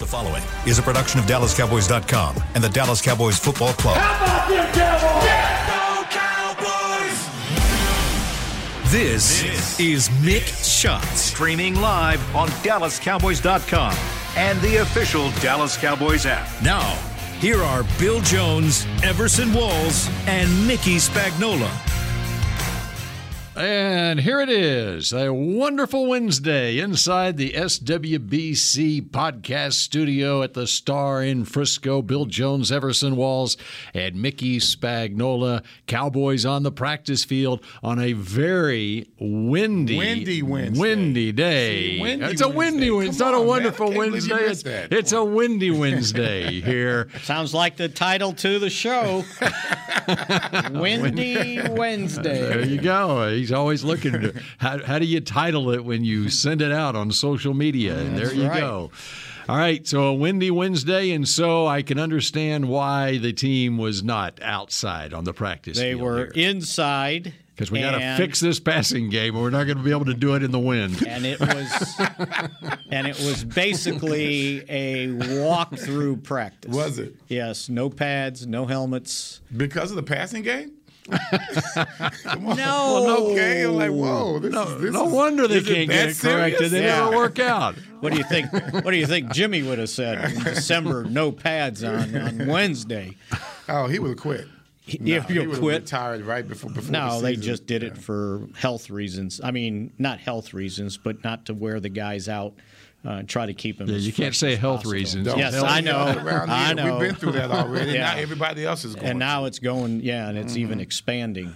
following is a production of DallasCowboys.com and the Dallas Cowboys Football Club. How about them Cowboys? This, is Mick Shots. Streaming live on DallasCowboys.com and the official Dallas Cowboys app. Now, here are Bill Jones, Everson Walls, and Mickey Spagnola. And here it is, a wonderful Wednesday inside the SWBC podcast studio at the Star in Frisco. Bill Jones, Everson Walls, and Mickey Spagnola. Cowboys on the practice field on a very windy, Windy Wednesday. windy day. See, windy it's a windy Wednesday. Wednesday. It's Come not a on, man. I wonderful can't believe you Wednesday. missed It's- that. it's a windy Wednesday here. Sounds like the title to the show. Windy There Wednesday. you go. He's always looking. To, how, how do you title it when you send it out on social media? And there you right. go. All right. So a windy Wednesday, and so I can understand why the team was not outside on the practice. They were inside. because we got to and- fix this passing game, or we're not going to be able to do it in the wind. And it was and it was basically a walkthrough practice. Was it? Yes, no pads, no helmets. Because of the passing game? Come on. No. Okay. I'm like, whoa. This is, this No is- wonder they is it can't that get it corrected. serious? They Yeah. never work out. What do you think? What do you think Jimmy would have said in December? No pads on on Wednesday. Oh, he would have quit. If he you would've quit, Retired right before. before the No, they season. just did it for health reasons. I mean, not health reasons, but not to wear the guys out. Uh, try to keep them. Yeah, as you can't fresh say as health possible. reasons. Don't Yes, tell I me know. all around I here. know. We've been through that already. Yeah. Now everybody else is going. And now it's going. Yeah, and it's Mm-hmm. even expanding.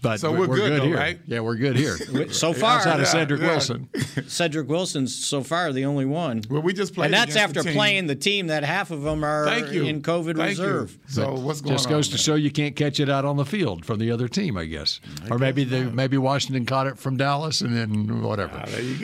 But So we're, we're good, though, here. right? Yeah, we're good here. So far, outside of Cedric yeah. Wilson. Cedric Wilson's so far the only one. Well, we just played and that's against the after team. playing the team that half of them are Thank you. in COVID Thank you. reserve. So what's going Just on? goes to man? show you can't catch it out on the field from the other team, I guess. or maybe they, maybe Washington caught it from Dallas and then whatever. Ah, There you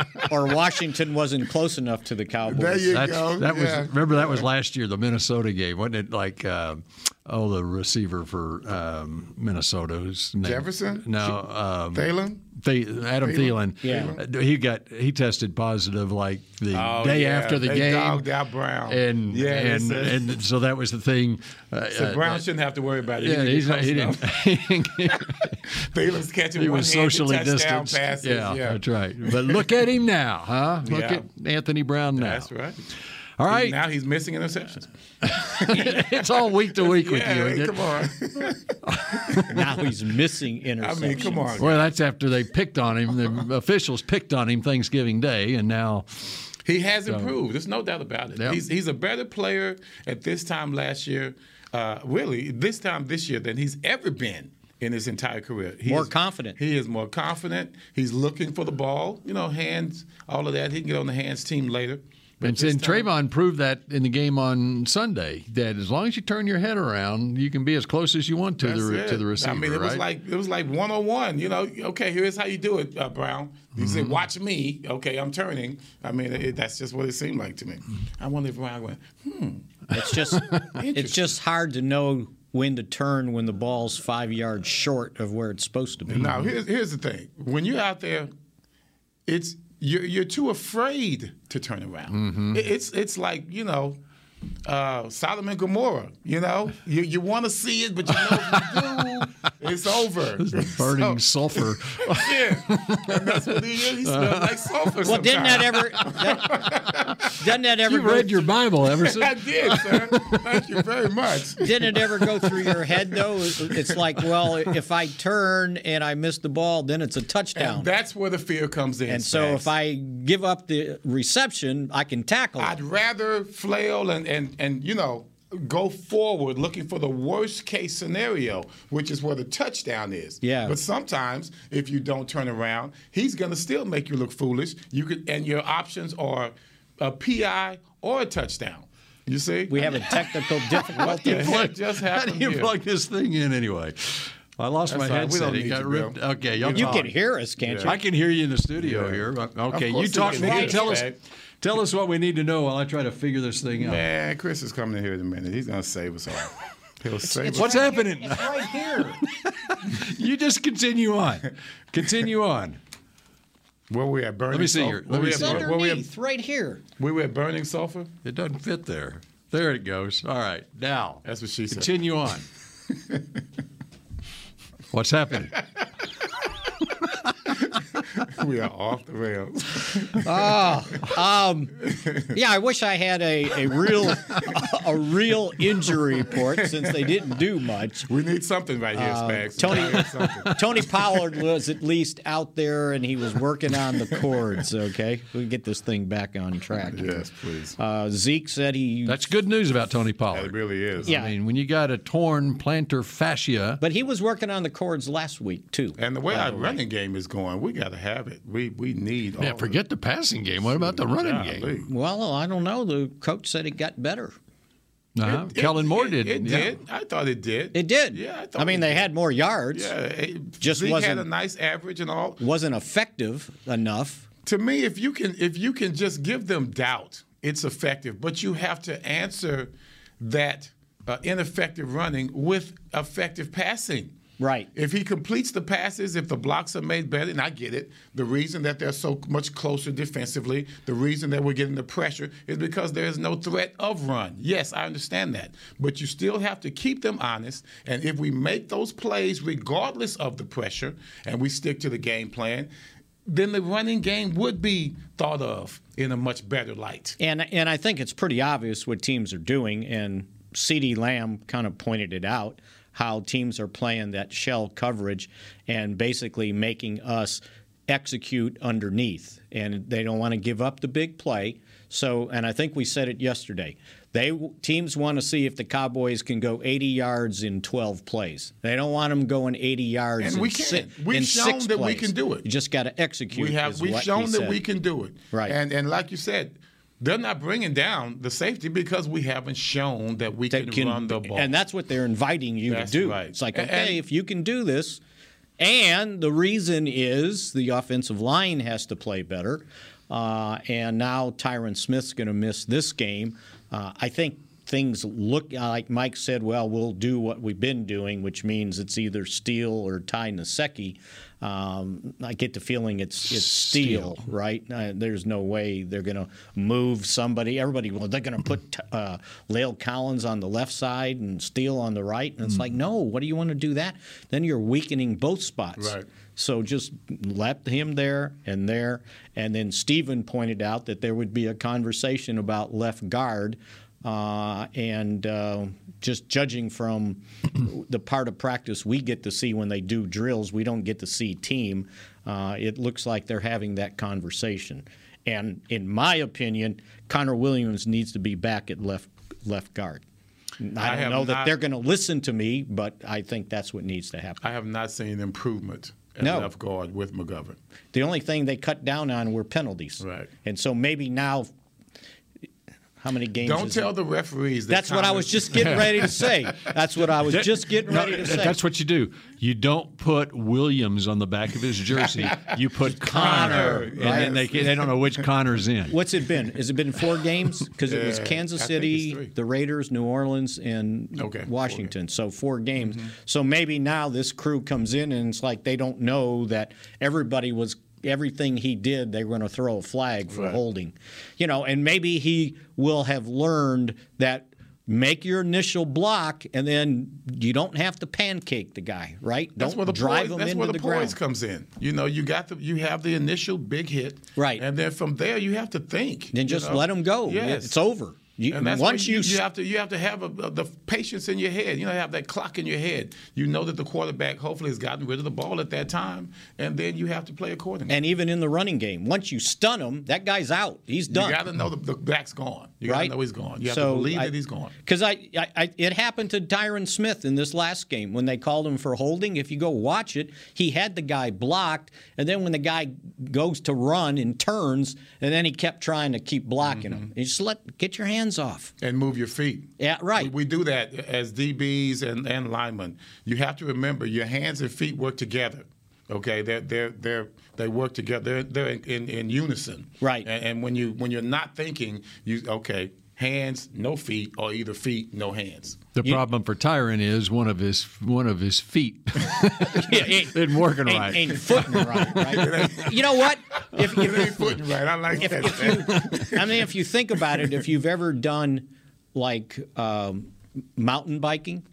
go. Or, or Washington wasn't close enough to the Cowboys. There you That's, go. that Yeah. was remember that was last year the Minnesota game, wasn't it? Like um oh the receiver for um, Minnesota whose name- Jefferson? No, um, Thalen. Th- Adam Thielen. Yeah. Uh, he got he tested positive like the Oh, day yeah. after the They game. dogged out Brown. and Yeah, and, it's a- and so that was the thing. Uh, So uh, Brown shouldn't have to worry about it. yeah, He he's didn't not, he get close didn't. enough. Thalen's catching he one was socially distanced. Passes. Yeah, that's right. But look at him now, huh? Look Yeah. at Anthony Brown now. That's right. All right, Now he's missing interceptions. it's all week to week with you. Yeah, isn't it? come on. Now he's missing I interceptions. mean, come on. Well, that's after they picked on him. The officials picked on him Thanksgiving Day, and now He has improved. There's no doubt about it. Yep. He's he's a better player at this time last year, uh, really this time this year than he's ever been in his entire career. He More is- confident. He is more confident. He's looking for the ball. You know, hands, all of that. He can get on the hands team later. But and, this and time- Trayvon proved that in the game on Sunday that as long as you turn your head around, you can be as close as you want to the That's to it. the receiver. I mean, it right? was like it was like one on one. You know, okay, here's how you do it, uh, Brown. You say, Mm-hmm. "Watch me." Okay, I'm turning. I mean, it, that's just what it seemed like to me. I wonder if Brown went. It's just it's just hard to know when to turn when the ball's five yards short of where it's supposed to be. Now, here's here's the thing: when you're out there, it's you're you're too afraid to turn around. It- it's it's like you know. Uh, Solomon Gomorrah, you know, you, you want to see it, but you know if you do, it's over. burning So- sulfur. yeah, and that's what he is. He smells like sulfur. Well, didn't that sometimes. ever? that- doesn't that ever? You go- read your Bible, Everson. I did, sir. Thank you very much. didn't it ever go through your head though? It's like, well, if I turn and I miss the ball, then it's a touchdown. And that's where the fear comes in. And so if Spags. I give up the reception, I can tackle. I'd it. rather flail and, and, and you know, go forward looking for the worst case scenario, which is where the touchdown is. Yeah. But sometimes if you don't turn around, he's gonna still make you look foolish. You could and your options are a PI or a touchdown. You see? We have a technical what difficulty. the heck just How do happened. you here? plug this thing in anyway? I lost my That's all headset. right. We don't It need got you, ripped. Bill. Okay, y'all You talk. can hear us, can't I you? can hear you in the studio here. Okay, you course talk. you You can hear tell us, us, Dave. tell us what we need to know while I try to figure this thing out. Man, Chris is coming in here in a minute. He's gonna save us all. He'll save us. What's happening? right here. You just continue on. Continue on. Where we at? Burning me see sulfur? your- let Where me we see at, It's your- bur- where we at, underneath, right here. where we at burning sulfur? It doesn't fit there. There it goes. All right. Now. That's what she said. Continue on. What's happening? we are off the rails. Oh, um, Yeah, I wish I had a, a real a real injury report since they didn't do much. We need something right here, Spags. Uh, Tony- We need something. Tony Pollard was at least out there and he was working on the cords. Okay, we can get this thing back on track. yes, please. Uh, Zeke said he, That's good news about Tony it Pollard. really is. Yeah. I mean, when you got a torn plantar fascia, but he was working on the cords last week too. And the way our running game is going, we got to have it. We we need. yeah, all forget the passing game. What about the running game? Well, I don't know. The coach said it got better. Uh-huh. Kellen Moore did. did. It yeah. did. I thought it did. It did. Yeah, I I, thought mean, it they did. had more yards. Yeah, it, Just Zeke had wasn't- a nice average and all. Wasn't effective enough. to me, if you can if you can just give them doubt, it's effective. But you have to answer that uh, ineffective running with effective passing. Right. If he completes the passes, if the blocks are made better, and I get it, the reason that they're so much closer defensively, the reason that we're getting the pressure is because there is no threat of run. Yes, I understand that. But you still have to keep them honest. And if we make those plays regardless of the pressure and we stick to the game plan, then the running game would be thought of in a much better light. And and I think it's pretty obvious what teams are doing. And C.D. Lamb kind of pointed it out how teams are playing that shell coverage and basically making us execute underneath. And they don't want to give up the big play. So, and I think we said it yesterday. They teams want to see if the Cowboys can go 80 yards in 12 plays. They don't want them going 80 yards. And in we can. si- We've in shown six that we plays. can do it. You just got to execute. We have is we've what he shown that said. we can do it. Right. And and like you said, they're not bringing down the safety because we haven't shown that we that can, can- run the ball. And that's what they're inviting you That's to do. right. It's like, And- okay, if you can do this, and the reason is the offensive line has to play better. Uh, and now Tyron Smith's going to miss this game. Uh, I think things look like Mike said, well, we'll do what we've been doing, which means it's either Steele or Ty Nasecki. Um, I get the feeling it's it's Steele, right? Uh, there's no way they're going to move somebody. Everybody, well, they're going to put uh, Lale Collins on the left side and Steele on the right. And it's like, no, what do you want to do that? Then you're weakening both spots. Right. So just let him there and there. And then Stephen pointed out that there would be a conversation about left guard. Uh, and uh, just judging from the part of practice we get to see when they do drills, we don't get to see team. Uh, it looks like they're having that conversation. And in my opinion, Connor Williams needs to be back at left left guard. I don't have know that not- they're going to listen to me, but I think that's what needs to happen. I have not seen improvement at No. left guard with McGovern. The only thing they cut down on were penalties. Right. And so maybe now, how many games? Don't is tell it? the referees. That That's what I was Connors- just getting ready to say. That's what I was just getting ready to say. That's what you do. You don't put Williams on the back of his jersey. You put Connor, Connor, and then they can, they don't know which Connor's in. What's it been? Has it been four games? Because it was Kansas I think it's City, three. the Raiders, New Orleans, and Okay, four Mm-hmm. Washington. so four games. So maybe now this crew comes in and it's like they don't know that everybody was everything he did. They were going to throw a flag for holding, you know. And maybe he will have learned that. Make your initial block, and then you don't have to pancake the guy, right? That's don't where the drive poise, him that's into where the, the poise ground. comes in. You know, you got the you have the initial big hit, Right. And then from there, you have to think. then you just know? let him go. Yes. It's over. You, And that's once why you, you, you have to you have to have a, a- the patience in your head. You know, have that clock in your head. You know that the quarterback hopefully has gotten rid of the ball at that time, and then you have to play accordingly. and even in the running game. Once you stun him, that guy's out. He's you done. got to know the, the back's gone. You right? got to know he's gone. You have to believe that he's gone. Because I, I, I, it happened to Tyron Smith in this last game when they called him for holding. If you go watch it, he had the guy blocked, and then when the guy goes to run and turns, and then he kept trying to keep blocking him. You just let get your hands off. and move your feet. Yeah, right. We, we do that as DBs and, and linemen. You have to remember your hands and feet work together. Okay, they're they're they're they work together. They're, they're in, in, in unison. Right. And, and when you when you're not thinking, you okay, hands no feet or either feet no hands. The problem for Tyron is one of his one of his feet Yeah, ain't- isn't working ain't, right. ain't footing right, right? you know what? If, Get it put right. I like that. I mean, if you think about it, if you've ever done like um, mountain biking,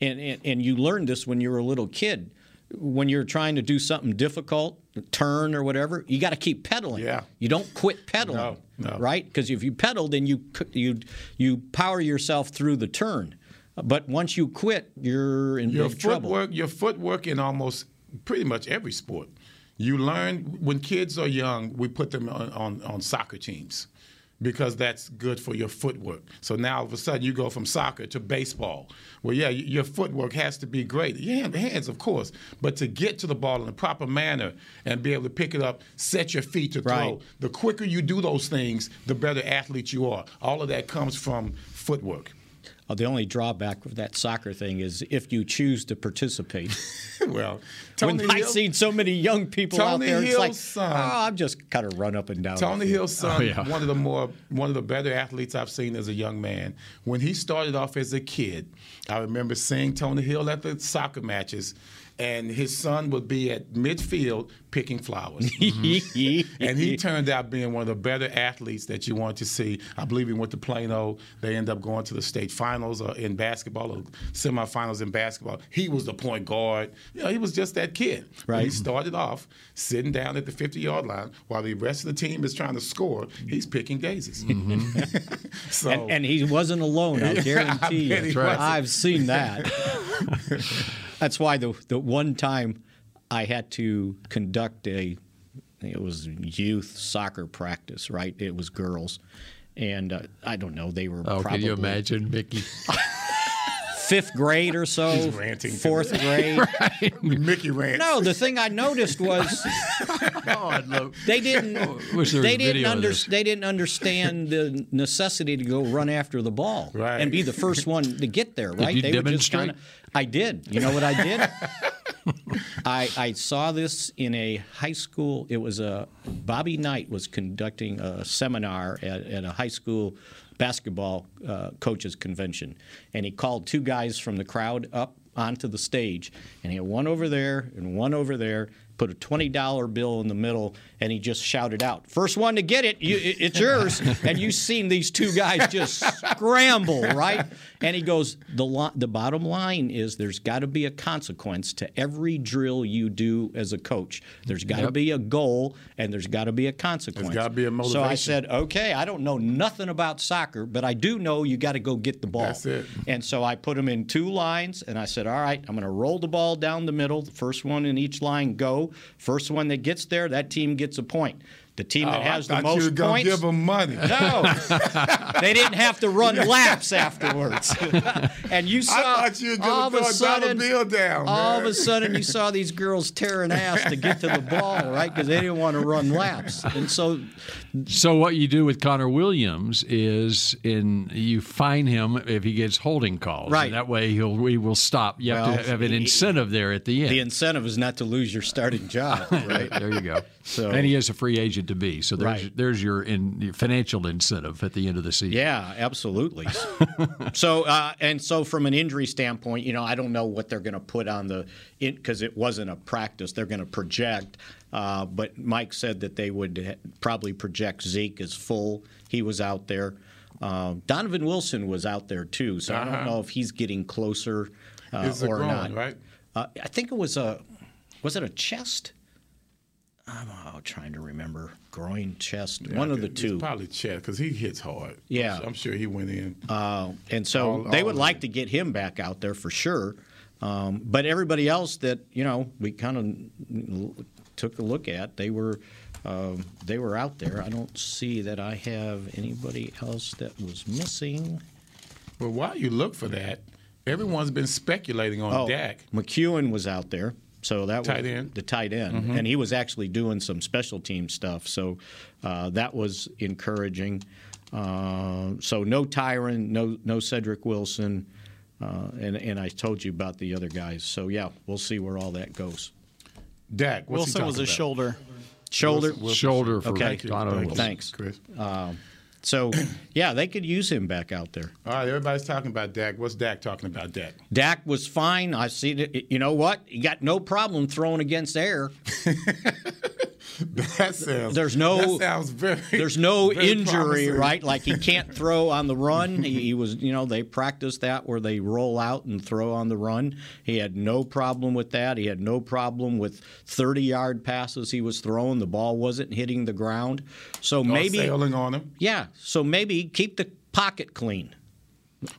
and, and and you learned this when you were a little kid, when you're trying to do something difficult, a turn or whatever, you got to keep pedaling. Yeah. You don't quit pedaling. No, no. Right? Because if you pedal, then you c- you you power yourself through the turn. But once you quit, you're in your big trouble. footwork, your footwork in almost pretty much every sport. You learn when kids are young, we put them on, on, on soccer teams because that's good for your footwork. So now all of a sudden you go from soccer to baseball. Well, yeah, y- your footwork has to be great. Your hand- hands, of course, but to get to the ball in a proper manner and be able to pick it up, set your feet to throw. Right. The quicker you do those things, the better athlete you are. All of that comes from footwork. Uh, the only drawback of that soccer thing is if you choose to participate. Well, when Tony I've Hill- seen so many young people out Tony there, it's like, Hill's son. oh, I'm just kind of run up and down. the Tony field." Hill's son, Oh, yeah. one of the more one of the better athletes I've seen as a young man. When he started off as a kid, I remember seeing Tony Hill at the soccer matches, and his son would be at midfield picking flowers. Mm-hmm. and he turned out being one of the better athletes that you want to see. I believe he went to Plano. They end up going to the state finals or in basketball or semifinals in basketball. He was the point guard. You know, he was just that kid. When He Right. started off sitting down at the 50 yard line while the rest of the team is trying to score. He's picking daisies. so Mm-hmm. and, and he wasn't alone. I guarantee you. bet he That's right. wasn't. I've seen that. That's why the the one time I had to conduct a it was youth soccer practice, right? It was girls, and uh, I don't know. They were Oh, probably can you imagine, Mickey? fifth grade or so, ranting to fourth grade. Mickey Rance. No, the thing I noticed was oh, I'd love. they didn't Wish there was they didn't video of under, this. they didn't understand the necessity to go run after the ball Right. and be the first one to get there right you they were just demonstrate? kinda- I did you know what I did I, I saw this in a high school it was a Bobby Knight was conducting a seminar at, at a high school basketball uh, coaches convention and he called two guys from the crowd up onto the stage and he had one over there and one over there put a $20 bill in the middle and he just shouted out first one to get it you, it- it's yours and you seen these two guys just scramble right and he goes the lo- the bottom line is there's got to be a consequence to every drill you do as a coach there's got to be a goal and there's got to be a consequence gotta be a so i motivation. said okay i don't know nothing about soccer but i do know you got to go get the ball That's it. and so I put them in two lines, and I said, "All right, I'm going to roll the ball down the middle. The first one in each line, go. First one that gets there, that team gets a point. The team that Oh, has I the thought you were most gonna points." give him money. no, they didn't have to run laps afterwards. and you saw thought you were gonna all of throw a a dollar sudden, bill down, all of man. a sudden, you saw these girls tearing ass to get to the ball, right? Because they didn't want to run laps. And so So what you do with Connor Williams is in you fine him if he gets holding calls. Right. And that way he'll we will stop. You have Well, to have an he- incentive there at the end. the incentive is not to lose your starting job, right? there you go. So- and he is a free agent to be. So there's Right. there's your, in, your financial incentive at the end of the season. Yeah, absolutely. so, uh, and so from an injury standpoint, you know, I don't know what they're going to put on the because it wasn't a practice. They're going to project, uh, but Mike said that they would ha- probably project Zeke as full. He was out there. Um, Donovan Wilson was out there too, so I don't know if he's getting closer uh, It's Uh-huh. a or groin, not. right? Uh, I think it was a was it a chest? I'm uh, trying to remember groin, chest, one of the It's two. Probably Chad because he hits hard. Yeah. I'm sure he went in. And so All- they all would of like to get him back out there for sure. Um, but everybody else that you know we kind of took a look at, they were um, they were out there. I don't see that I have anybody else that was missing. But while you look for that, everyone's been speculating on Dak. Oh, McEwen was out there, so that Tight was end. the tight end, and he was actually doing some special team stuff, so uh, that was encouraging. Uh, so no Tyron, no no Cedric Wilson, uh, and and I told you about the other guys. So yeah, we'll see where all that goes. Dak. What's he Wilson was talking about? his shoulder. Shoulder. Shoulder for Okay. Donovan Thank you. Wilson. Thanks. Chris. So yeah, they could use him back out there. All right, everybody's talking about Dak. What's Dak talking about, Dak? Dak was fine. I see. That, you know what? He got no problem throwing against air. That sounds. There's no- That sounds very. There's no very injury, promising. right? Like he can't throw on the run. He, he was, you know, they practiced that where they roll out and throw on the run. He had no problem with that. He had no problem with 30 yard passes he was throwing. The ball wasn't hitting the ground. So Or maybe, sailing on him. yeah. So maybe keep the pocket clean.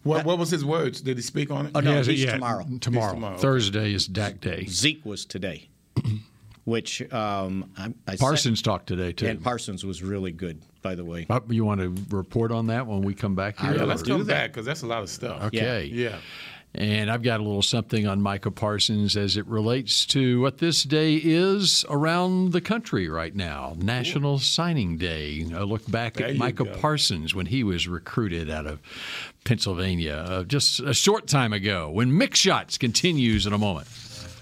What, what was his words? Did he speak on it? Oh, no, Yes, he's yeah, tomorrow. Tomorrow. He's tomorrow. Thursday is Dak Day. Zeke was today, which um, I, I said- Parsons talked today, too. and Parsons was really good, by the way. Uh, you want to report on that when we come back here? Yeah, let's or- come back because that's a lot of stuff. Okay. Yeah. And I've got a little something on Micah Parsons as it relates to what this day is around the country right now National Signing Day. A look back There at you Micah go. Parsons when he was recruited out of Pennsylvania uh, just a short time ago when Mix Shots continues in a moment.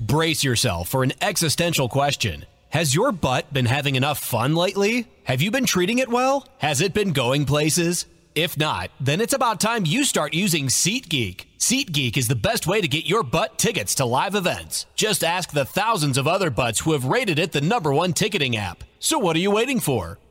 Brace yourself for an existential question. Has your butt been having enough fun lately? Have you been treating it well? Has it been going places? If not, then it's about time you start using SeatGeek. SeatGeek is the best way to get your butt tickets to live events. Just ask the thousands of other butts who have rated it the number one ticketing app. So what are you waiting for?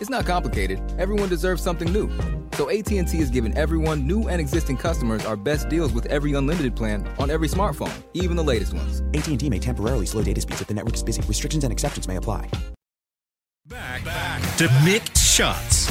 It's not complicated. Everyone deserves something new. So AT&T has given everyone, new and existing customers, our best deals with every unlimited plan on every smartphone, even the latest ones. AT&T may temporarily slow data speeds if the network is busy. Restrictions and exceptions may apply. Back, back to mixed shots.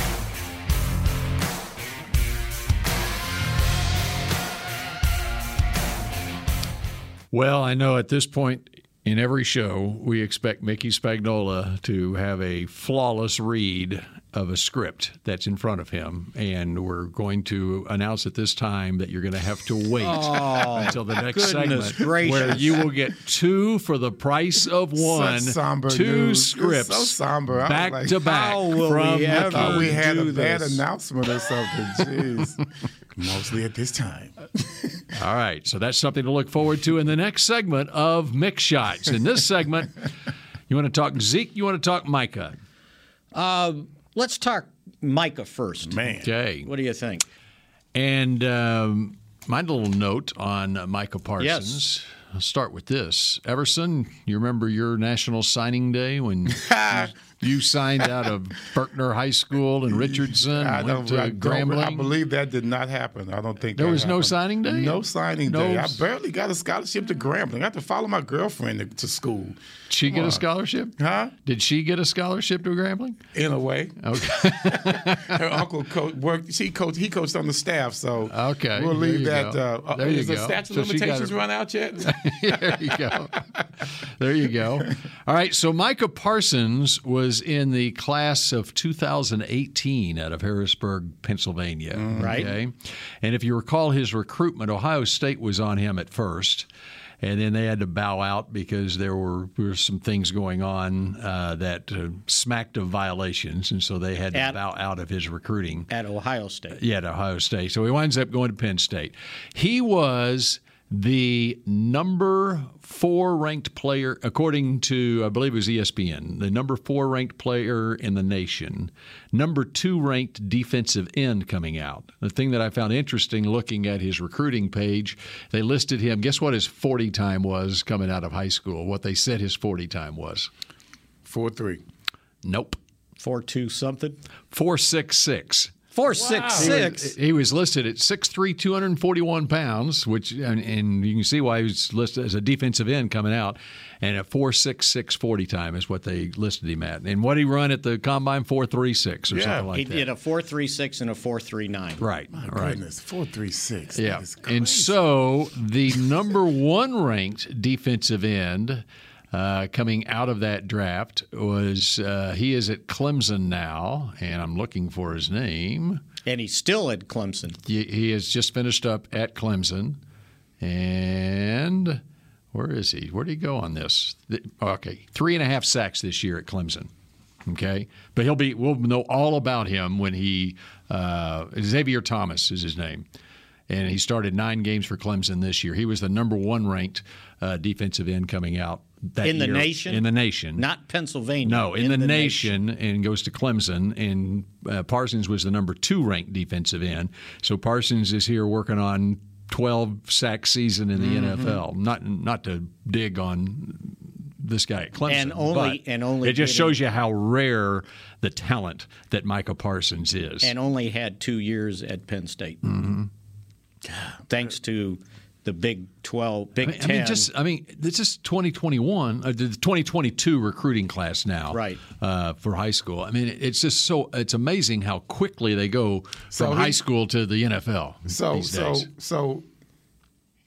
Well, I know at this point in every show, we expect Mickey Spagnola to have a flawless read of a script that's in front of him. And we're going to announce at this time that you're going to have to wait Oh, until the next goodness segment gracious. where you will get two for the price of one. somber two news. It's scripts. so somber. I was Back like, to back. how will from we Mickey. ever I thought we had Um, do a bad this. announcement or something. Jeez. Mostly at this time. All right, so that's something to look forward to in the next segment of Mix Shots. In this segment, you want to talk Zeke, you want to talk Micah. Let's talk Micah first. Man. Okay. What do you think? And um, my little note on Micah Parsons. I'll start with this. Everson, you remember your National Signing Day when you, you signed out of Berkner High School and Richardson, I went don't, to I, don't, I Grambling? believe that did not happen. I don't think There that was no happened. signing day? No signing No day. I s- barely got a scholarship to Grambling. I had to follow my girlfriend to, to school. Did she get a scholarship? Huh? Did she get a scholarship to Grambling? In a way, Okay. her uncle co- worked. She coached. He coached on the staff. So Okay, we'll there leave you that. go. Uh, uh, There you is the go. statute So of she got limitations her- run out yet? there you go. There you go. All right. So Micah Parsons was in the class of 2018 out of Harrisburg, Pennsylvania. Mm. Right. Okay. And if you recall his recruitment, Ohio State was on him at first. And then they had to bow out because there were, were some things going on uh, that uh, smacked of violations. And so they had to At- bow out of his recruiting. At Ohio State. Yeah, at Ohio State. So he winds up going to Penn State. He was the number four ranked player, according to, I believe it was E ESPN, the number four ranked player in the nation, number two ranked defensive end coming out. The thing that I found interesting looking at his recruiting page, they listed him. Guess what his 40 time was coming out of high school? What they said his 40 time was? 4 3. Nope. 4 2 something? 466. Four six six. He was listed at 6'3", 241 pounds, which and, and you can see why he was listed as a defensive end coming out, and at 4'6", 40 time is what they listed him at. And what he run at the combine four three six or Yeah. something like He that. did a four three six and a four three nine. Right, right. Goodness, 4 3 6. That Yeah. is crazy. And so the number one ranked defensive end uh, coming out of that draft was uh, he is at Clemson now, and I'm looking for his name. And he's still at Clemson. He- He has just finished up at Clemson, and where is he? Where did he go on this? Th- Okay, three and a half sacks this year at Clemson. Okay, but he'll be. We'll know all about him when he. Uh, Xavier Thomas is his name, and he started nine games for Clemson this year. He was the number one ranked uh, defensive end coming out that In the year- nation? In the nation, Not Pennsylvania. no, in, the, nation, and goes to Clemson. And uh, Parsons was the number two ranked defensive end. So Parsons is here working on 12 sack season in the NFL. Not not to dig on this guy at Clemson, And only- but and only it just getting- shows you how rare the talent that Micah Parsons is. And only had two years at Penn State. Mm-hmm. Thanks to the Big 12, Big I mean, 10. I mean, just I mean, this is 2021, uh, the 2022 recruiting class now, Right. Uh, for high school, I mean, it's just so it's amazing how quickly they go from So he- high school to the NFL. So these so days. so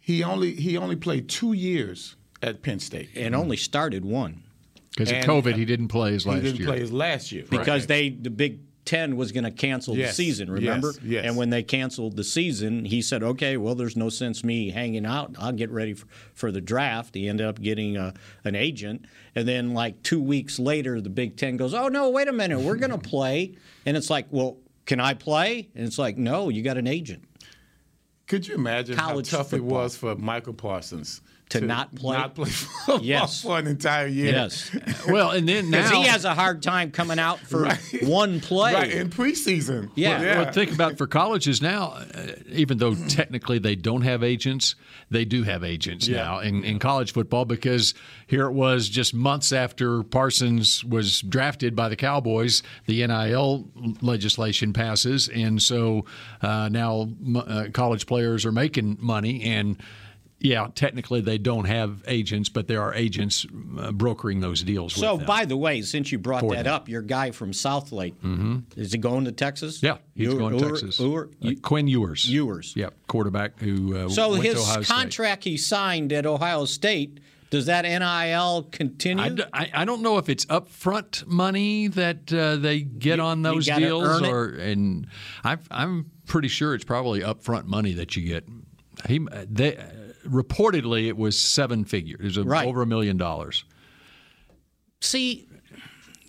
he only he only played two years at Penn State. He and only started one because of and- COVID, he didn't play his last didn't year. play his last year because they the Big 10 was going to cancel Yes, the season, remember? yes, yes. And when they canceled the season, he said, okay, well, there's no sense me hanging out. I'll get ready for, for the draft. He ended up getting a, an agent. And then, like, two weeks later, the Big Ten goes, oh, no, wait a minute, we're going to play. And it's like, well, can I play? And it's like, no, you got an agent. Could you imagine how College tough it football. was for Michael Parsons To not play? not play football Yes. for an entire year? Yes. well, and then now Because he has a hard time coming out for one play. Right in preseason. Yeah. Well, think about for colleges now, uh, even though technically they don't have agents, they do have agents now in, in college football because here it was just months after Parsons was drafted by the Cowboys, the NIL legislation passes. And so uh, now m- uh, college players are making money and yeah, technically they don't have agents, but there are agents uh, brokering those deals. So, with them. by the way, since you brought that up, your guy from Southlake, is he going to Texas? Mm-hmm. Yeah, he's Ewer- going to Ewer- Texas. Ewer- Uh, Quinn Ewers. Ewers. Yep, quarterback who uh, So went to his Ohio State. contract he signed at Ohio State, does that NIL I, continue? d- I, I don't know if it's upfront money that uh, they get on those gotta deals, earn it. or and i I'm pretty sure it's probably upfront money that you get. He they reportedly it was seven figures. It was a- Right. over a million dollars. See,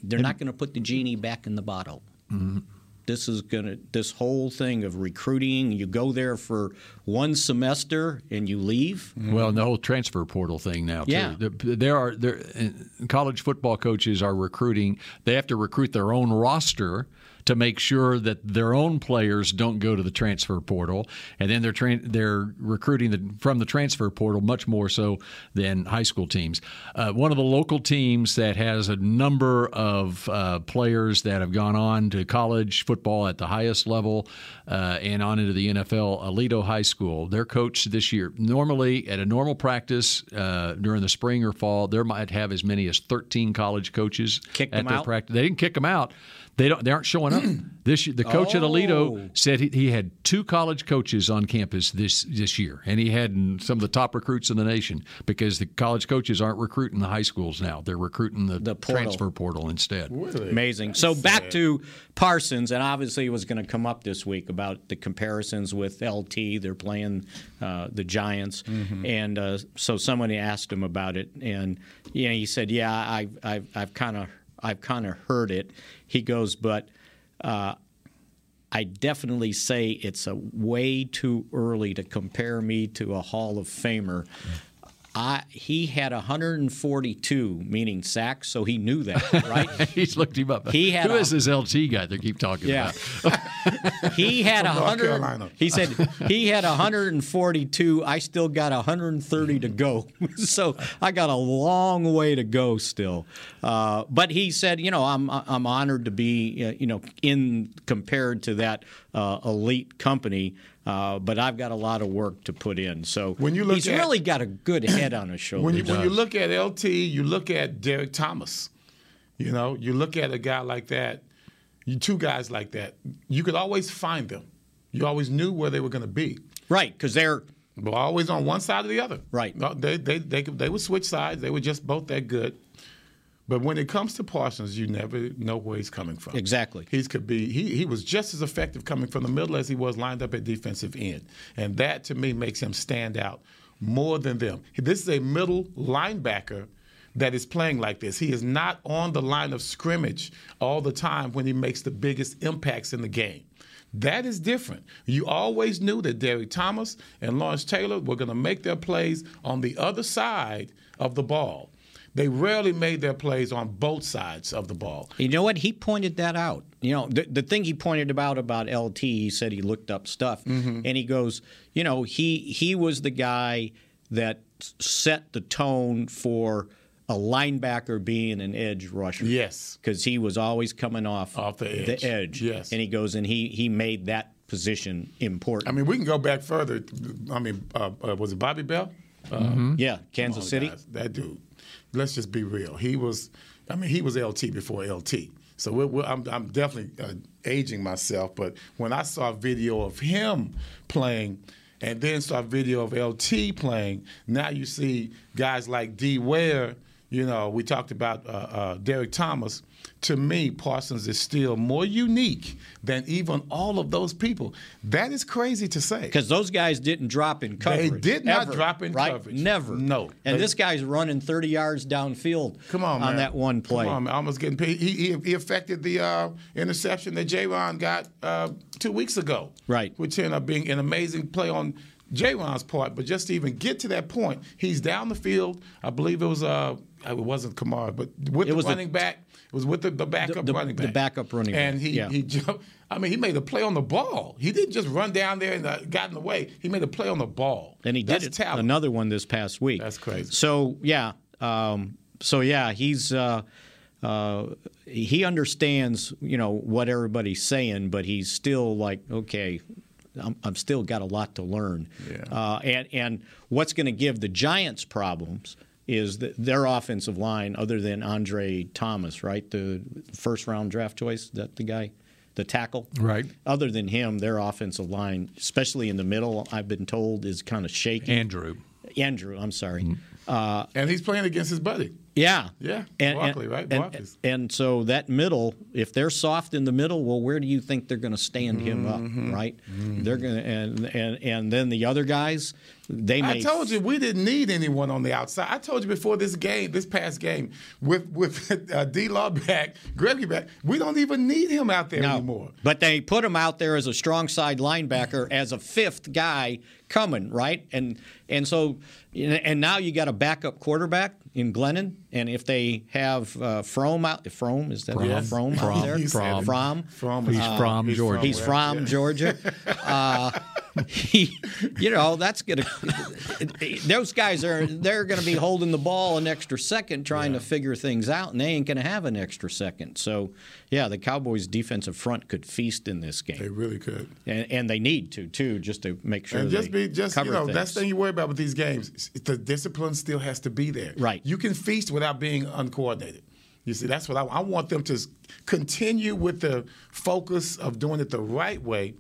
they're not going to put the genie back in the bottle. Mm-hmm. This is going to this whole thing of recruiting. You go there for one semester and you leave. Well, and the whole transfer portal thing now too. Yeah. The- There are there college football coaches are recruiting. They have to recruit their own roster to make sure that their own players don't go to the transfer portal, and then they're tran they're recruiting the, from the transfer portal much more so than high school teams. Uh, one of the local teams that has a number of uh, players that have gone on to college football at the highest level uh, and on into the NFL, Alito High School. Their coach this year, normally at a normal practice uh, during the spring or fall, there might have as many as 13 college coaches Kicked at them their out? practice. They didn't kick them out. They don't. They aren't showing up. this year, the coach at Oh. Alito said he, he had two college coaches on campus this this year, and he had some of the top recruits in the nation because the college coaches aren't recruiting the high schools now. They're recruiting the, The portal. transfer portal instead. Amazing. So back to Parsons, and obviously it was going to come up this week about the comparisons with LT. They're playing uh, the Giants, and uh, so somebody asked him about it, and you know, he said, "Yeah, I, I've I've kind of I've kind of heard it." He goes, "But uh, I definitely say it's a way too early to compare me to a Hall of Famer. I, he had 142, meaning sacks, so he knew that, right? He's looked him up. He had Who a- is this LT guy they keep talking Yeah. about? he had a From North hundred. Carolina. He said he had 142. I still got 130 to go, so I got a long way to go still. Uh, but he said, you know, I'm I'm honored to be uh, you know in compared to that uh, elite company. Uh, but I've got a lot of work to put in. So When you look he's at- really got a good head on his shoulders. When you, when you look at LT, you look at Derek Thomas. You know, you look at a guy like that, you two guys like that. You could always find them. You always knew where they were going to be. right, because they're But always on one side or the other. Right. No, They, they, they, could- they would switch sides. They were just both that good. But when it comes to Parsons, you never know where he's coming from. Exactly. He could be he, he was just as effective coming from the middle as he was lined up at defensive end. And that to me makes him stand out more than them. This is a middle linebacker that is playing like this. He is not on the line of scrimmage all the time when he makes the biggest impacts in the game. That is different. You always knew that Derrick Thomas and Lawrence Taylor were going to make their plays on the other side of the ball. They rarely made their plays on both sides of the ball. You know what? He pointed that out. You know, the, the thing he pointed about about LT, he said he looked up stuff, Mm-hmm. and he goes, you know, he he was the guy that set the tone for a linebacker being an edge rusher. Yes. because he was always coming off Off the edge. Yes. and he goes and he he made that position important. I mean, we can go back further. I mean, uh, uh, was it Bobby Bell? Uh, yeah, Kansas come on, City. guys, that dude. Let's just be real. He was, I mean, he was LT before LT. So we're, we're, I'm, I'm definitely uh, aging myself. But when I saw a video of him playing, and then saw a video of LT playing, now you see guys like D. Ware. You know, we talked about uh, uh, Derek Thomas. To me, Parsons is still more unique than even all of those people. That is crazy to say. Because those guys didn't drop in coverage. did not ever, drop in right? coverage. Never. No. And They- this guy's running 30 yards downfield. Come on, man. that one play. Come on, man. Almost getting paid. He, he, he affected the uh, interception that J-Ron got uh, two weeks ago. Right. Which ended up being an amazing play on J-Ron's part. But just to even get to that point, he's down the field. I believe it was, uh, it wasn't Kamara, but with It the was the- running back. It was with the, the backup the- running the back. backup running back, And he, yeah. he jumped. I mean, he made a play on the ball. He didn't just run down there and uh, got in the way. He made a play on the ball. And he That's did it, talent. another one this past week. That's crazy. So yeah, um, so yeah, he's uh, uh, he understands you know what everybody's saying, but he's still like okay. I'm, I'm still got a lot to learn, Yeah. uh, and and what's going to give the Giants problems is that their offensive line, other than Andre Thomas, right, the first round draft choice, that the guy, the tackle, Right. Other than him, their offensive line, especially in the middle, I've been told is kind of shaky. Andrew. Andrew, I'm sorry. And he's playing against his buddy. Yeah. Yeah, And, Barkley, and, right? And, Barkley's. and so that middle, if they're soft in the middle, well, where do you think they're going to stand him Mm-hmm. up, right? They're going to, and, and and then the other guys, they may. I told you we didn't need anyone on the outside. I told you before this game, this past game, with with uh, D Law back, Greggy back, we don't even need him out there No. anymore. But they put him out there as a strong side linebacker, as a fifth guy coming, right? And and so and now you got a backup quarterback in Glennon, and if they have uh, Frome out, Frome is that Yes. Frome, out there? You said it. From. From uh, He's from Georgia. He's where- from yeah. Georgia. Uh, he, you know, that's gonna. Those guys are they're gonna be holding the ball an extra second, trying to figure things out, and they ain't gonna have an extra second. So, yeah, the Cowboys' defensive front could feast in this They game, really could. and, and they need to too, just to make sure And just they be just you cover know things. that's the thing you worry about with these games. The discipline still has to be there. Right. You can feast without being uncoordinated. You see, that's what I, I want them to s- continue with the focus of doing it the right way,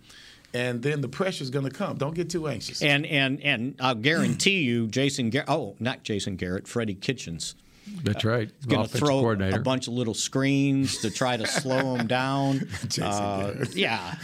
and then the pressure's going to come. Don't get too anxious. And and and I'll guarantee you, Jason. Gar- oh, not Jason Garrett. Freddie Kitchens That's right. He's going to Offensive throw coordinator. a bunch of little screens to try to slow him down. Uh, yeah,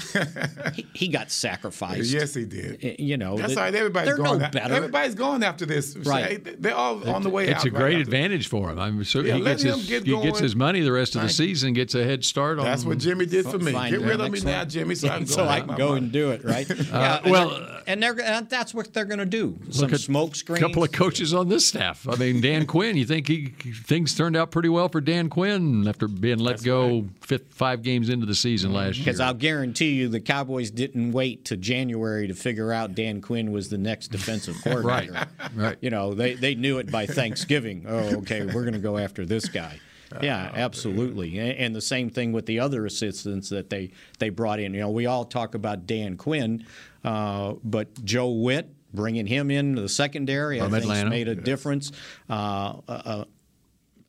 he, he got sacrificed. Yes, he did. Y- You know, That's that- all right. Everybody's Oh, they're going. no a- better. Everybody's going after this. Right. They- They're all on the way It's out. a right great now. advantage for him. I'm sure Yeah, he let gets him his get he gets going. his money the rest of the Thank you. season. Gets a head start on. That's what Jimmy did for me. Fine, Get yeah, rid of me next now, one. Jimmy, so I can go, so I make can my go money. and do it, right? Yeah, and well, they're- and they're and that's what they're going to do. Some at smoke screens. couple of coaches on this staff. I mean, Dan Quinn. You think he things turned out pretty well for Dan Quinn after being let go fifth, five games into the season last year? Because I'll guarantee you, the Cowboys didn't wait to January to figure out Dan Quinn was the next defensive coordinator. right. You know, they they knew it by Thanksgiving. Oh, okay, we're going to go after this guy. Yeah, absolutely. And, and the same thing with the other assistants that they they brought in. You know, we all talk about Dan Quinn, uh, but Joe Witt bringing him in to the secondary, From I think, Atlanta. made a difference. Uh, uh,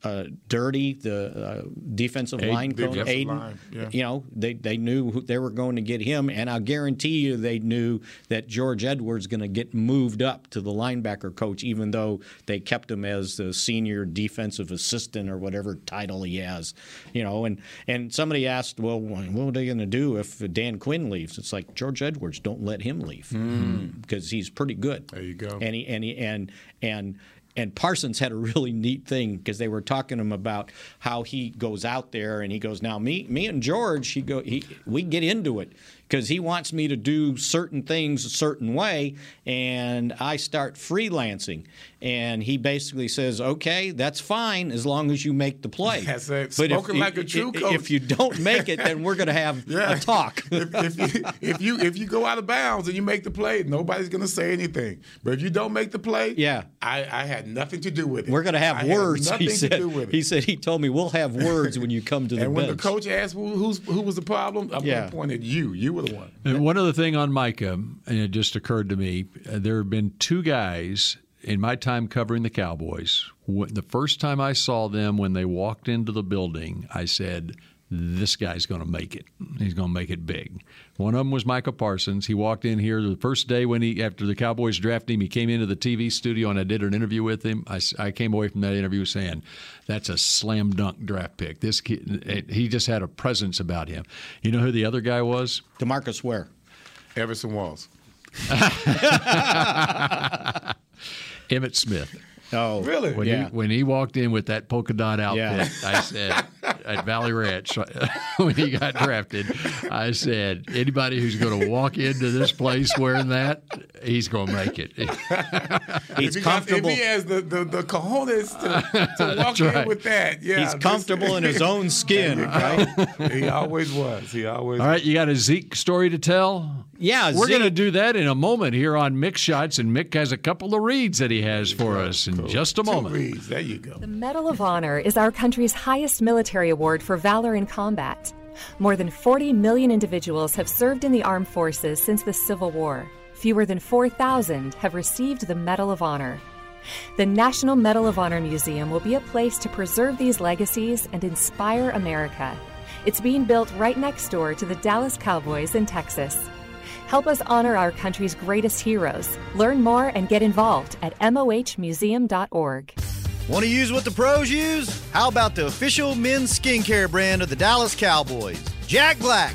uh, Dirty, the uh, defensive line coach, defensive Aiden. line, yeah. You know, they, they knew who they were going to get him, and I guarantee you they knew that George Edwards going to get moved up to the linebacker coach, even though they kept him as the senior defensive assistant or whatever title he has. You know, and and somebody asked, well, wh- what are they going to do if Dan Quinn leaves? It's like George Edwards, don't let him leave because he's pretty good. There Hmm. you go. and he, and he, and and and Parsons had a really neat thing because they were talking to him about how he goes out there and he goes now me me and George he go he we get into it because he wants me to do certain things a certain way and I start freelancing and he basically says okay that's fine as long as you make the play That's it. Spoken like a true if, coach. if you don't make it then we're going to have Yeah. a talk if, if you, if you if you go out of bounds and you make the play, nobody's gonna say anything. But if you don't make the play, Yeah. I, I had nothing to do with it. We're going to I have had words. Nothing He said. to do with it. He said he told me we'll have words when you come to the and when bench. the coach asked who who's, who was the problem, I'm Yeah. gonna point at you. You were the one. And one other thing on Micah, and it just occurred to me, uh, there have been two guys in my time covering the Cowboys. When, the first time I saw them when they walked into the building, I said, "This guy's going to make it. He's going to make it big." One of them was Micah Parsons. He walked in here the first day when he after the Cowboys drafted him. He came into the TV studio and I did an interview with him. I, s- I came away from that interview saying, "That's a slam dunk draft pick." This kid, it- he just had a presence about him. You know who the other guy was? Demarcus Ware. Everson Walls. Emmett Smith. Oh, Really? When, Yeah. he, when he walked in with that polka dot outfit, Yeah. I said at Valley Ranch when he got drafted, I said anybody who's going to walk into this place wearing that, he's going to make it. he's Because comfortable. If he has the, the, the cojones to, to walk right. in with that, yeah, He's this- comfortable in his own skin, right? he always was. He always. All right, you got a Zeke story to tell. Yeah, We're going to Zeke. do that in a moment here on Mick Shots, and Mick has a couple of reads that he has for us in just a Two moment. reads. There you go. The Medal of Honor is our country's highest military award for valor in combat. More than 40 million individuals have served in the armed forces since the Civil War. Fewer than 4,000 have received the Medal of Honor. The National Medal of Honor Museum will be a place to preserve these legacies and inspire America. It's being built right next door to the Dallas Cowboys in Texas. Help us honor our country's greatest heroes. Learn more and get involved at mohmuseum.org. Want to use what the pros use? How about the official men's skincare brand of the Dallas Cowboys, Jack Black?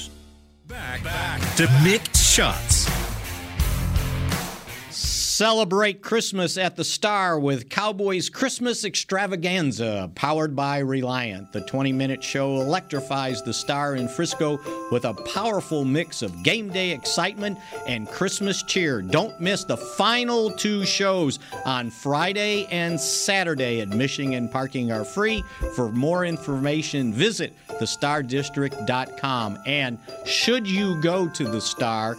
To mixed shots. Celebrate Christmas at the Star with Cowboys Christmas Extravaganza, powered by Reliant. The 20 minute show electrifies the Star in Frisco with a powerful mix of game day excitement and Christmas cheer. Don't miss the final two shows on Friday and Saturday. Admission and parking are free. For more information, visit thestardistrict.com. And should you go to the Star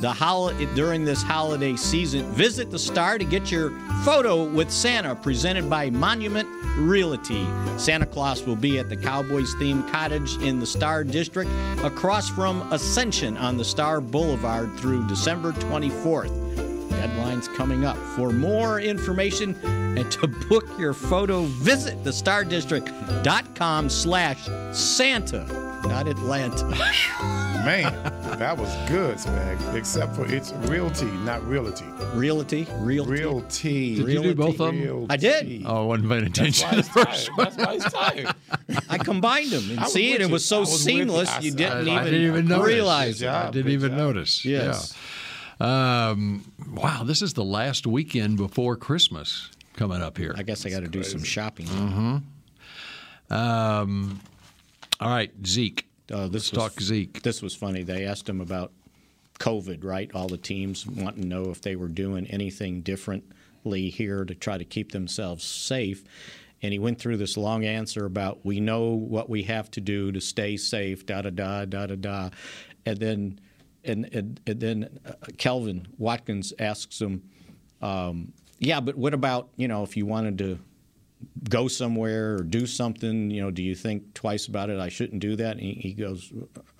the hol- during this holiday season, visit the Star to get your photo with Santa presented by Monument Realty. Santa Claus will be at the Cowboys themed cottage in the Star District across from Ascension on the Star Boulevard through December 24th. Deadline's coming up. For more information and to book your photo, visit thestardistrict.com slash Santa, not Atlanta. Man, that was good, Spag. Except for it's realty, not realty. Realty? Realty? Realty. Did you do both of them? I did. Oh, I wasn't paying attention to the That's why first he's tired. That's why he's tired. I combined them. And I was see, with it you. was so I was with you. seamless, I you said- didn't I even, didn't even notice. realize Good it. job, I didn't even notice. Yes. Yeah. Um, wow, this is the last weekend before Christmas coming up here. I guess I got to do some shopping. Mm. Mm-hmm. Um, all right, Zeke. Uh, this Let's talk Zeke. This was funny. They asked him about COVID, right? All the teams wanting to know if they were doing anything differently here to try to keep themselves safe. And he went through this long answer about we know what we have to do to stay safe, da da da da da da, and then and and, and then uh, Kelvin Watkins asks him, um, yeah, but what about you know if you wanted to go somewhere or do something, you know, do you think twice about it? I shouldn't do that. And he, he goes,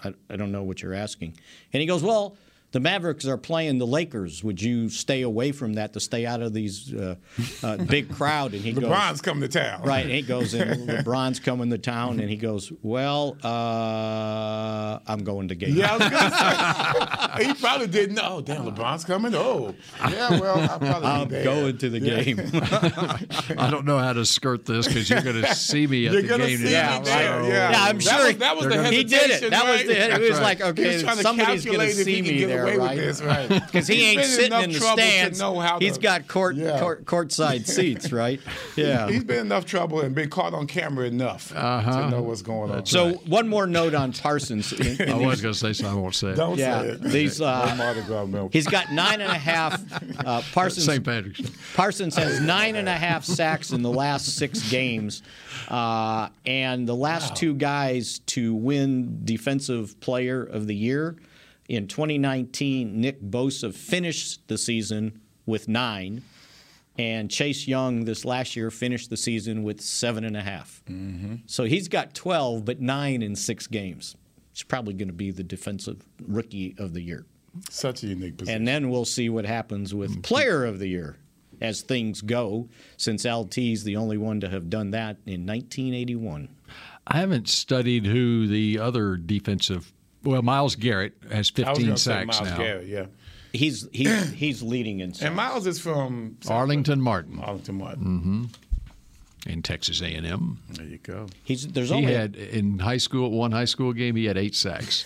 I, I don't know what you're asking. And he goes, Well, the Mavericks are playing the Lakers. Would you stay away from that to stay out of these uh, uh, big crowd? And he LeBron's goes, coming to town. Right. And he goes, and LeBron's coming to town. And he goes, Well, uh, I'm going to game. Yeah, I was gonna say. he probably didn't. know. Oh, damn, LeBron's coming. Oh, yeah. Well, I'll probably I'm be there. going to the Yeah. game. I don't know how to skirt this because you're going to see me at You're the gonna game see me tonight. there, so- yeah. Yeah, I'm That sure was- that was the he- he did it. hesitation, That was right? the. He That's was right. like, He okay, was trying to somebody's going calculate to if he see can me get there, away with right? this, right. Because he He's ain't been in sitting enough in the trouble to stands. know how He's to- got court, Yeah. court courtside seats, right? Yeah. He's been in enough trouble and been caught on camera enough to know what's going on. Uh-huh. so one more note on Parsons. In, in I these- was going to say something. I won't say it. Don't yeah, say it. these. No Uh, Mardi Gras milk. he's got nine and a half. Uh, Parsons. St. Patrick's. Parsons has nine and a half sacks in the last six games, uh, and the last two guys to win Defensive Player of the Year in 2019. Nick Bosa finished the season with nine, and Chase Young this last year finished the season with seven and a half. So he's got 12, but nine in six games. He's probably going to be the Defensive Rookie of the Year. Such a unique position. And then we'll see what happens with Player of the Year as things go, since LT's the only one to have done that in 1981. I haven't studied who the other defensive. Well, Miles Garrett has I was 15 gonna say sacks Miles now. Garrett, yeah. He's he's he's leading in And Miles is from Arlington Martin. Arlington Martin. hmm In Texas A&M. There you go. He's there's he only had in high school one high school game he had eight sacks.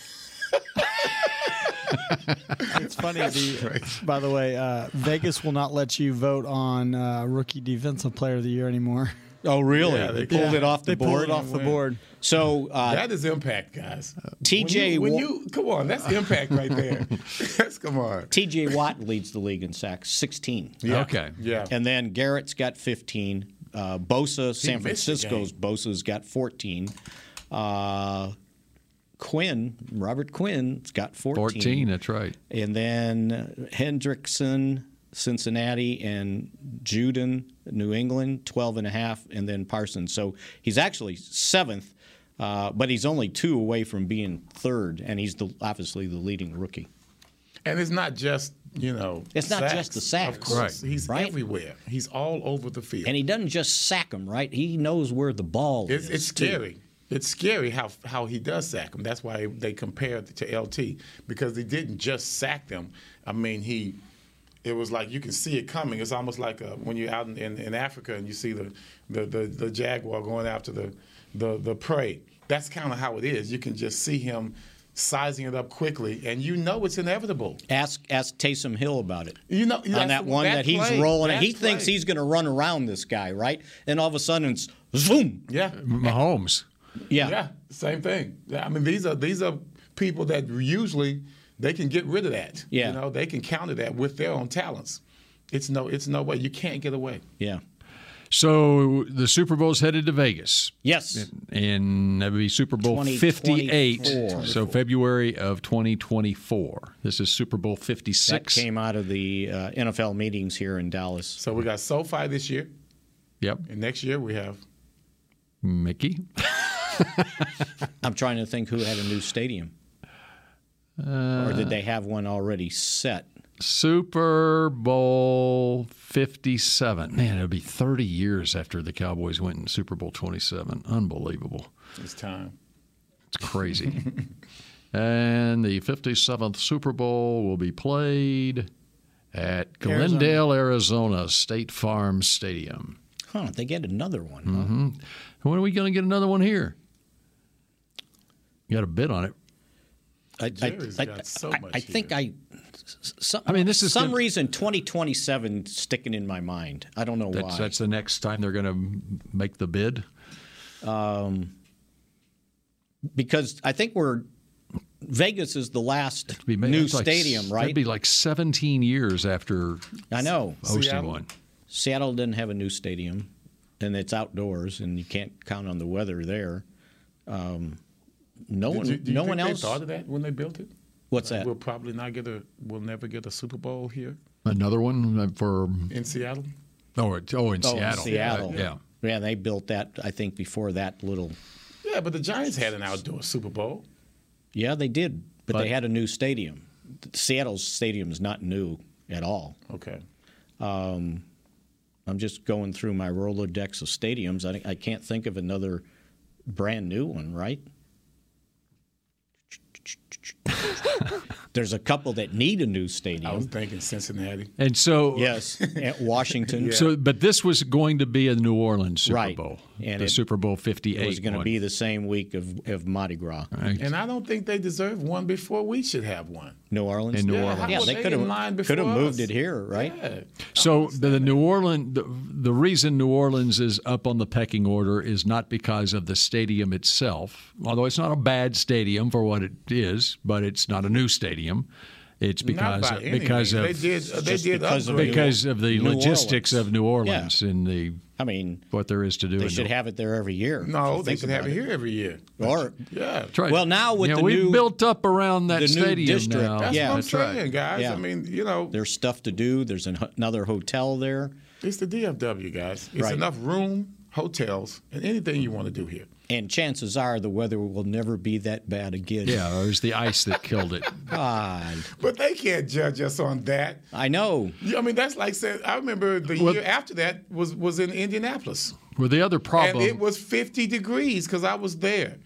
It's funny. The, by the way, uh, Vegas will not let you vote on uh, rookie defensive player of the year anymore. Oh, really? Yeah, they pulled yeah. it off the They pulled board. it off the board. So uh, that is impact, guys. TJ when you, when Uh, Wa- you come on, that's impact right there. that's come on. T.J. Watt leads the league in sacks, 16. Yeah. Okay. Yeah. And then Garrett's got 15. Uh, Bosa, San missed the Francisco's Bosa's got 14. Uh, Quinn, Robert Quinn's got 14. 14, that's right. And then Hendrickson, Cincinnati, and Juden, New England, 12 and a half, and then Parsons. So he's actually seventh, uh, but he's only two away from being third, and he's the, obviously the leading rookie. And it's not just you know. It's not sacks. just the sacks. Of course, he's everywhere. He's all over the field. And he doesn't just sack them, right? He knows where the ball It's, is. it's too. scary. it's scary how how he does sack them. That's why they compared it to LT because he didn't just sack them. I mean, he it was like you can see it coming. It's almost like uh when you're out in, in, in Africa and you see the the, the the jaguar going after the the the prey. That's kind of how it is. You can just see him sizing it up quickly, and you know it's inevitable. Ask ask Taysom Hill about it. You know on that's- that one that, he's play, rolling. that he thinks play. he's going to run around this guy, right? And all of a sudden, it's zoom. Yeah, Mahomes. Yeah. Yeah, same thing. Yeah, I mean, these are these are people that usually they can get rid of that. Yeah. you know, they can counter that with their own talents. It's no, it's no way. You can't get away. Yeah. So the Super Bowl's headed to Vegas. Yes. And that would be Super Bowl 58. 2024. So February of 2024. This is Super Bowl 56. That came out of the uh, NFL meetings here in Dallas. So we got SoFi this year. Yep. And next year we have Mickey? I'm trying to think who had a new stadium, Uh, or did they have one already set? Super Bowl 57. Man, it'll be 30 years after the Cowboys went in Super Bowl 27. Unbelievable. it's time. It's crazy. and the 57th Super Bowl will be played at Arizona. Glendale, Arizona, State Farm Stadium. Huh? They get another one. hmm When are we going to get another one here? You got a bid on it. I, I, Jerry's I, got so I- much I think I. s- s- Some, I mean, this is some gonna- reason 2027 sticking in my mind. I don't know That's, why. that's the next time they're going to make the bid. um, because I think we're Vegas is the last Be- new that's like- stadium, That'd right? be like 17 years after I know. hosting one. Seattle didn't have a new stadium, and it's outdoors, and you can't count on the weather there. Um, no Did one, you- do you no think one they else. thought of that when they built it. What's that? We'll probably not get a. We'll never get a Super Bowl here Another one uh, for in Seattle. oh, it- oh in Oh, Seattle. Seattle. yeah. yeah, they built that. I think before that little. Yeah, but the Giants had an outdoor Super Bowl. Yeah, they did, but, But- they had a new stadium. Seattle's stadium is not new at all. Okay. Um, I'm just going through my Rolodex of stadiums. I, I can't think of another brand new one, right? There's a couple that need a new stadium. I was thinking Cincinnati. And so Yes, at Washington. So, but this was going to be a New Orleans Super Right. Bowl, And the it Super Bowl Fifty Eight it was going to be the same week of, of Mardi Gras. And I don't think they deserve one before we should have one. New Orleans. In New Yeah, Orleans. how Yeah, was they they could in line have before could have moved us? it here, right? So the, the New Orleans, the, the reason New Orleans is up on the pecking order is not because of the stadium itself, although it's not a bad stadium for what it is, but it's not a new stadium. It's Not because by any because means. of They did- they Just did because, because of, of upgrade. the New logistics Orleans. of New Orleans and the I mean what there is to do. They in should New- have it there every year. if No, you they think should have about it here every year. Or Yeah. That's right. Well, now with Yeah, the we've new- built up around that the new stadium district. now. That's That's Yeah. what I'm That's right. saying, guys. Yeah. I mean, you know, There's stuff to do. There's an, another hotel there. it's the DFW, guys. It's Right. enough room, hotels, and anything you want to do here. And chances are the weather will never be that bad again. Yeah, it was the ice that killed it. God. But they can't judge us on that. I know. Yeah, I mean, that's like saying, I remember the Well- year after that was, was in Indianapolis. Well, the other problem And it was 50 degrees because I was there.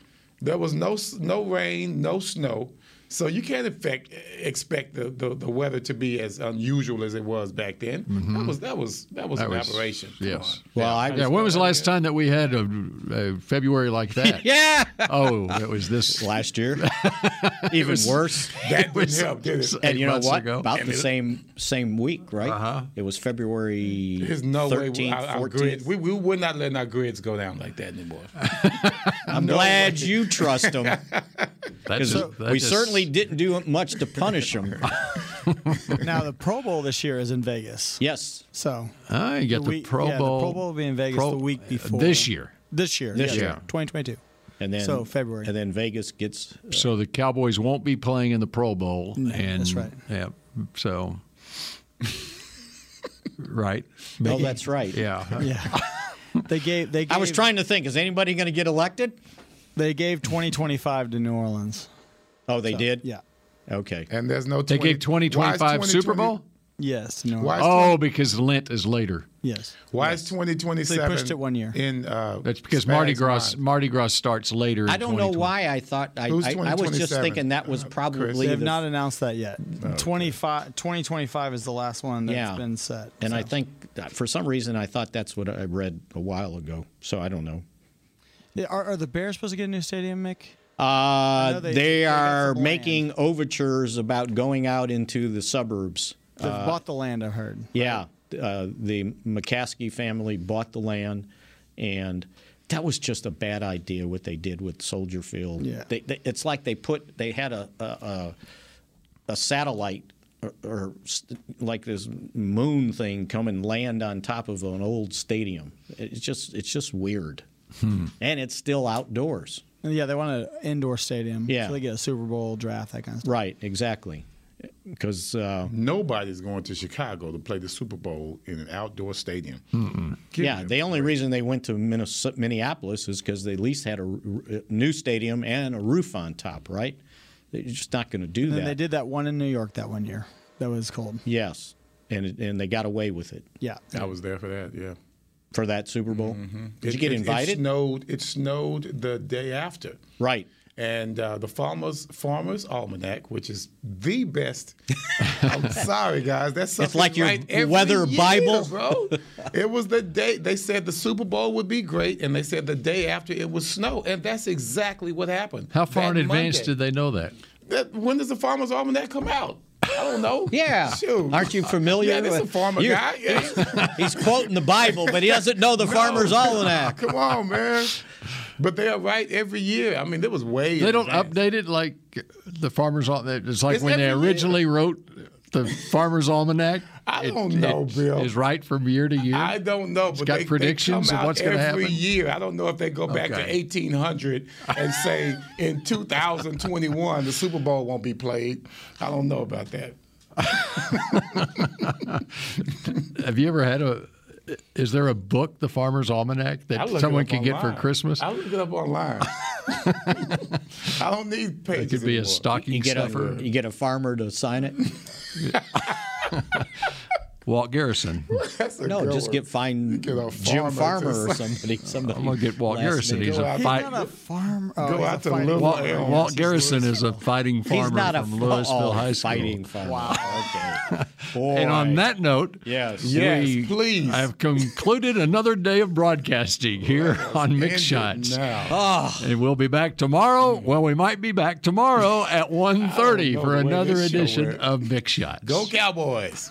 There was no s- no rain, no snow. So you can't expect expect the, the, the weather to be as unusual as it was back then. That was that was that was Mm-hmm. That an was- aberration. Come Yes. on. Well, I yeah. When was the last time that we had a, a February like that? yeah. Oh, it was this last year. Even was- worse. That didn't help, did it? And you know months what? ago. About And the it- same same week, right? Uh-huh. It was February There's no 13th, way our, our 14th. grids, we, we we're not letting our grids go down like that anymore. I'm No glad way. you trust them. Because just- that we just- certainly didn't do much to punish them. now the Pro Bowl this year is in Vegas. Yes. So I get the, week- Pro yeah, Bowl. The Pro Bowl will be in Vegas Pro- uh, the week before this year. This year. This yes, year. 2022. And then So, February. And then Vegas gets So the Cowboys won't be playing in the Pro Bowl, and that's right. Yeah, so right. Oh, that's right. Yeah. Yeah. they gave. They gave, I was trying to think, is anybody going to get elected? They gave 2025 to New Orleans. Oh, they So, did? Yeah. Okay. And there's no. They gave 2025 Super Bowl? Yes. No. Why is oh, because Lent is later. Yes. Why is 2027? They pushed it one year. In uh, That's because Mardi Spags Gras mind? Mardi Gras starts later. in I don't know 2020. why I thought I, Who's I, I was just 2027? thinking that was probably They've the not announced that yet. 25, 2025 is the last one that's Oh, Yeah. been set. And I so. think that for some reason I thought that's what I read a while ago. So I don't know. Yeah, Are, are the Bears supposed to get a new stadium, Mick? I Uh, know they they- they got are some land. making overtures about going out into the suburbs. They've Uh, bought the land, I heard. yeah, uh, the McCaskey family bought the land, and that was just a bad idea what they did with Soldier Field. Yeah. They, they, it's like they put they had a a, a, a satellite. Or, or st- like this moon thing come and land on top of an old stadium. It's just it's just weird, and it's still outdoors. And yeah, they want an indoor stadium. Yeah. So they get a Super Bowl draft, that kind of stuff. Right, exactly. Because uh, Nobody's going to Chicago to play the Super Bowl in an outdoor stadium. Give yeah, the only reason they went to Minnes- Minneapolis is because they at least had a r- r- new stadium and a roof on top, right? They're just not going to do And then that. they did that one in New York that one year. That was cold. Yes, and it- and they got away with it Yeah. I was there for that. Yeah. for that Super Bowl. Did Mm-hmm. It- you get it- It invited? snowed. It snowed the day after. right. And uh, the farmers Farmers Almanac, which is the best. I'm sorry, guys. That's something It's like your right every weather year, Bible. bro. It was the day they said the Super Bowl would be great, and they said the day after it would snow, and that's exactly what happened. How far in That advance Monday. did they know that? That, when does the Farmers Almanac come out? I don't know. Yeah. Shoot. Aren't you familiar? Yeah, this is a with- farmer you- guy. Yeah. He's quoting the Bible, but he doesn't know the Farmer's Almanac. Come on, man. But they are right every year. I mean, there was way. They don't in advance. update it like the farmers. al- It's like It's when they every year. originally wrote the farmers almanac. I It- don't know, it's- Bill. Is right from year to year. I don't know, but got they, predictions they of come out what's gonna every happen? year. I don't know if they go back Okay. to 1800 and say in 2021 the Super Bowl won't be played. I don't know about that. Have you ever had a? Is there a book, the farmers almanac, I that look it someone up can get for online. Christmas? I look it up online. I don't need pages. It could be a anymore. stocking You get stuffer. a, you get a farmer to sign it. Walt Garrison. That's a No, good just one. get fine Get a Jim farmer Farmer to or sign- somebody. somebody I'm gonna get Walt last Garrison. name. He's a Go fight. Not a farm. Oh, Go he's a out to fighting Liverpool. Walt, farmer. Farmer. Walt Garrison is a fighting farmer He's not from a Louisville oh, High School. Fighting farmer. Wow. Okay. Boy. And on that note, Yes. Yes, we please. have concluded another day of broadcasting here on Mix End it Shots. now. And we'll be back tomorrow. Well, we might be back tomorrow at 1.30 Mm. know for the way another this show edition went. of Mix Shots. Go Cowboys.